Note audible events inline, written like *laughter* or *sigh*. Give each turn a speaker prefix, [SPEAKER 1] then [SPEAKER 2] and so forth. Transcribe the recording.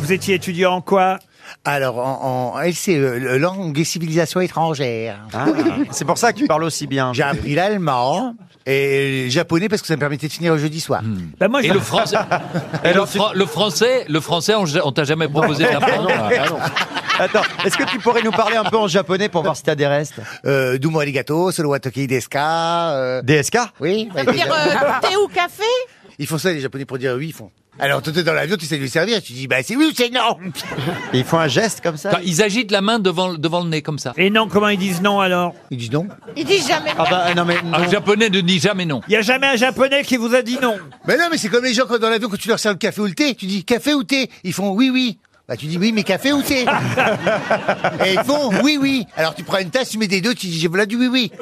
[SPEAKER 1] Vous étiez étudiant en quoi
[SPEAKER 2] Alors, en, en LCE, le- langue et civilisation étrangère.
[SPEAKER 3] Ah,
[SPEAKER 4] C'est pour ça que tu parles aussi bien.
[SPEAKER 2] J'ai appris l'allemand et le japonais parce que ça me permettait de finir le jeudi soir.
[SPEAKER 3] Hmm.
[SPEAKER 1] Bah, moi,
[SPEAKER 5] Et
[SPEAKER 1] je-
[SPEAKER 5] le français, et le, fran- le français, le français, on, on t'a jamais proposé d'apprendre
[SPEAKER 4] Attends, est-ce que tu pourrais nous parler un peu en japonais pour voir si t'as des restes
[SPEAKER 2] Euh, Dumo arigato, solo wa toki desu ka, euh,
[SPEAKER 4] DSK
[SPEAKER 2] Oui, bah,
[SPEAKER 3] Ça veut dire
[SPEAKER 2] déjà-
[SPEAKER 3] euh, thé ou café
[SPEAKER 2] ils font ça les japonais pour dire oui, ils font. Alors, tu es dans l'avion, tu essaies de lui servir, tu dis bah c'est oui ou c'est
[SPEAKER 3] *laughs*
[SPEAKER 2] non.
[SPEAKER 4] Et Ils font un geste comme ça
[SPEAKER 5] Enfin, Ils agitent la main devant, devant le nez comme ça.
[SPEAKER 1] Et non, comment ils disent non alors
[SPEAKER 2] Ils disent non.
[SPEAKER 3] Ils disent jamais
[SPEAKER 4] Ah bah euh, non mais non.
[SPEAKER 5] Un japonais ne dit jamais non.
[SPEAKER 1] Il n'y a jamais un japonais qui vous a dit non.
[SPEAKER 2] Mais non, mais c'est comme les gens quand dans l'avion quand tu leur sers le café ou le thé, tu dis café ou thé, ils font oui oui. Bah tu dis oui mais café ou
[SPEAKER 3] *laughs*
[SPEAKER 2] thé. et ils font oui oui. Alors tu prends une tasse, tu mets des deux, tu dis j'ai voilà du oui oui.